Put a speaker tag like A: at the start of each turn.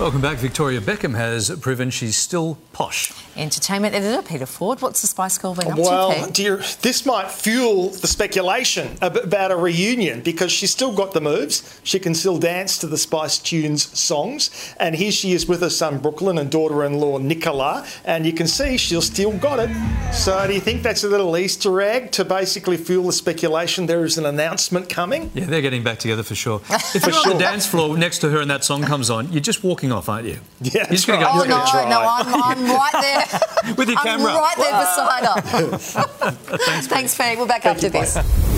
A: Welcome back. Victoria Beckham has proven she's still posh.
B: Entertainment editor Peter Ford, what's the Spice Girl been up to?
C: Well,
B: Pete?
C: dear, this might fuel the speculation ab- about a reunion because she's still got the moves. She can still dance to the Spice Tunes songs. And here she is with her son Brooklyn and daughter in law Nicola. And you can see she's still got it. So, do you think that's a little Easter egg to basically fuel the speculation there is an announcement coming?
A: Yeah, they're getting back together for sure. If you're on the
C: sure.
A: dance floor next to her and that song comes on, you're just walking off, aren't you?
C: Yeah,
A: You're just
C: that's
A: going
C: right.
B: Oh
A: to
B: no,
A: go.
B: no, I'm, I'm right there.
A: With your
B: I'm
A: camera.
B: right there beside her. Thanks, Peg. We're back after this.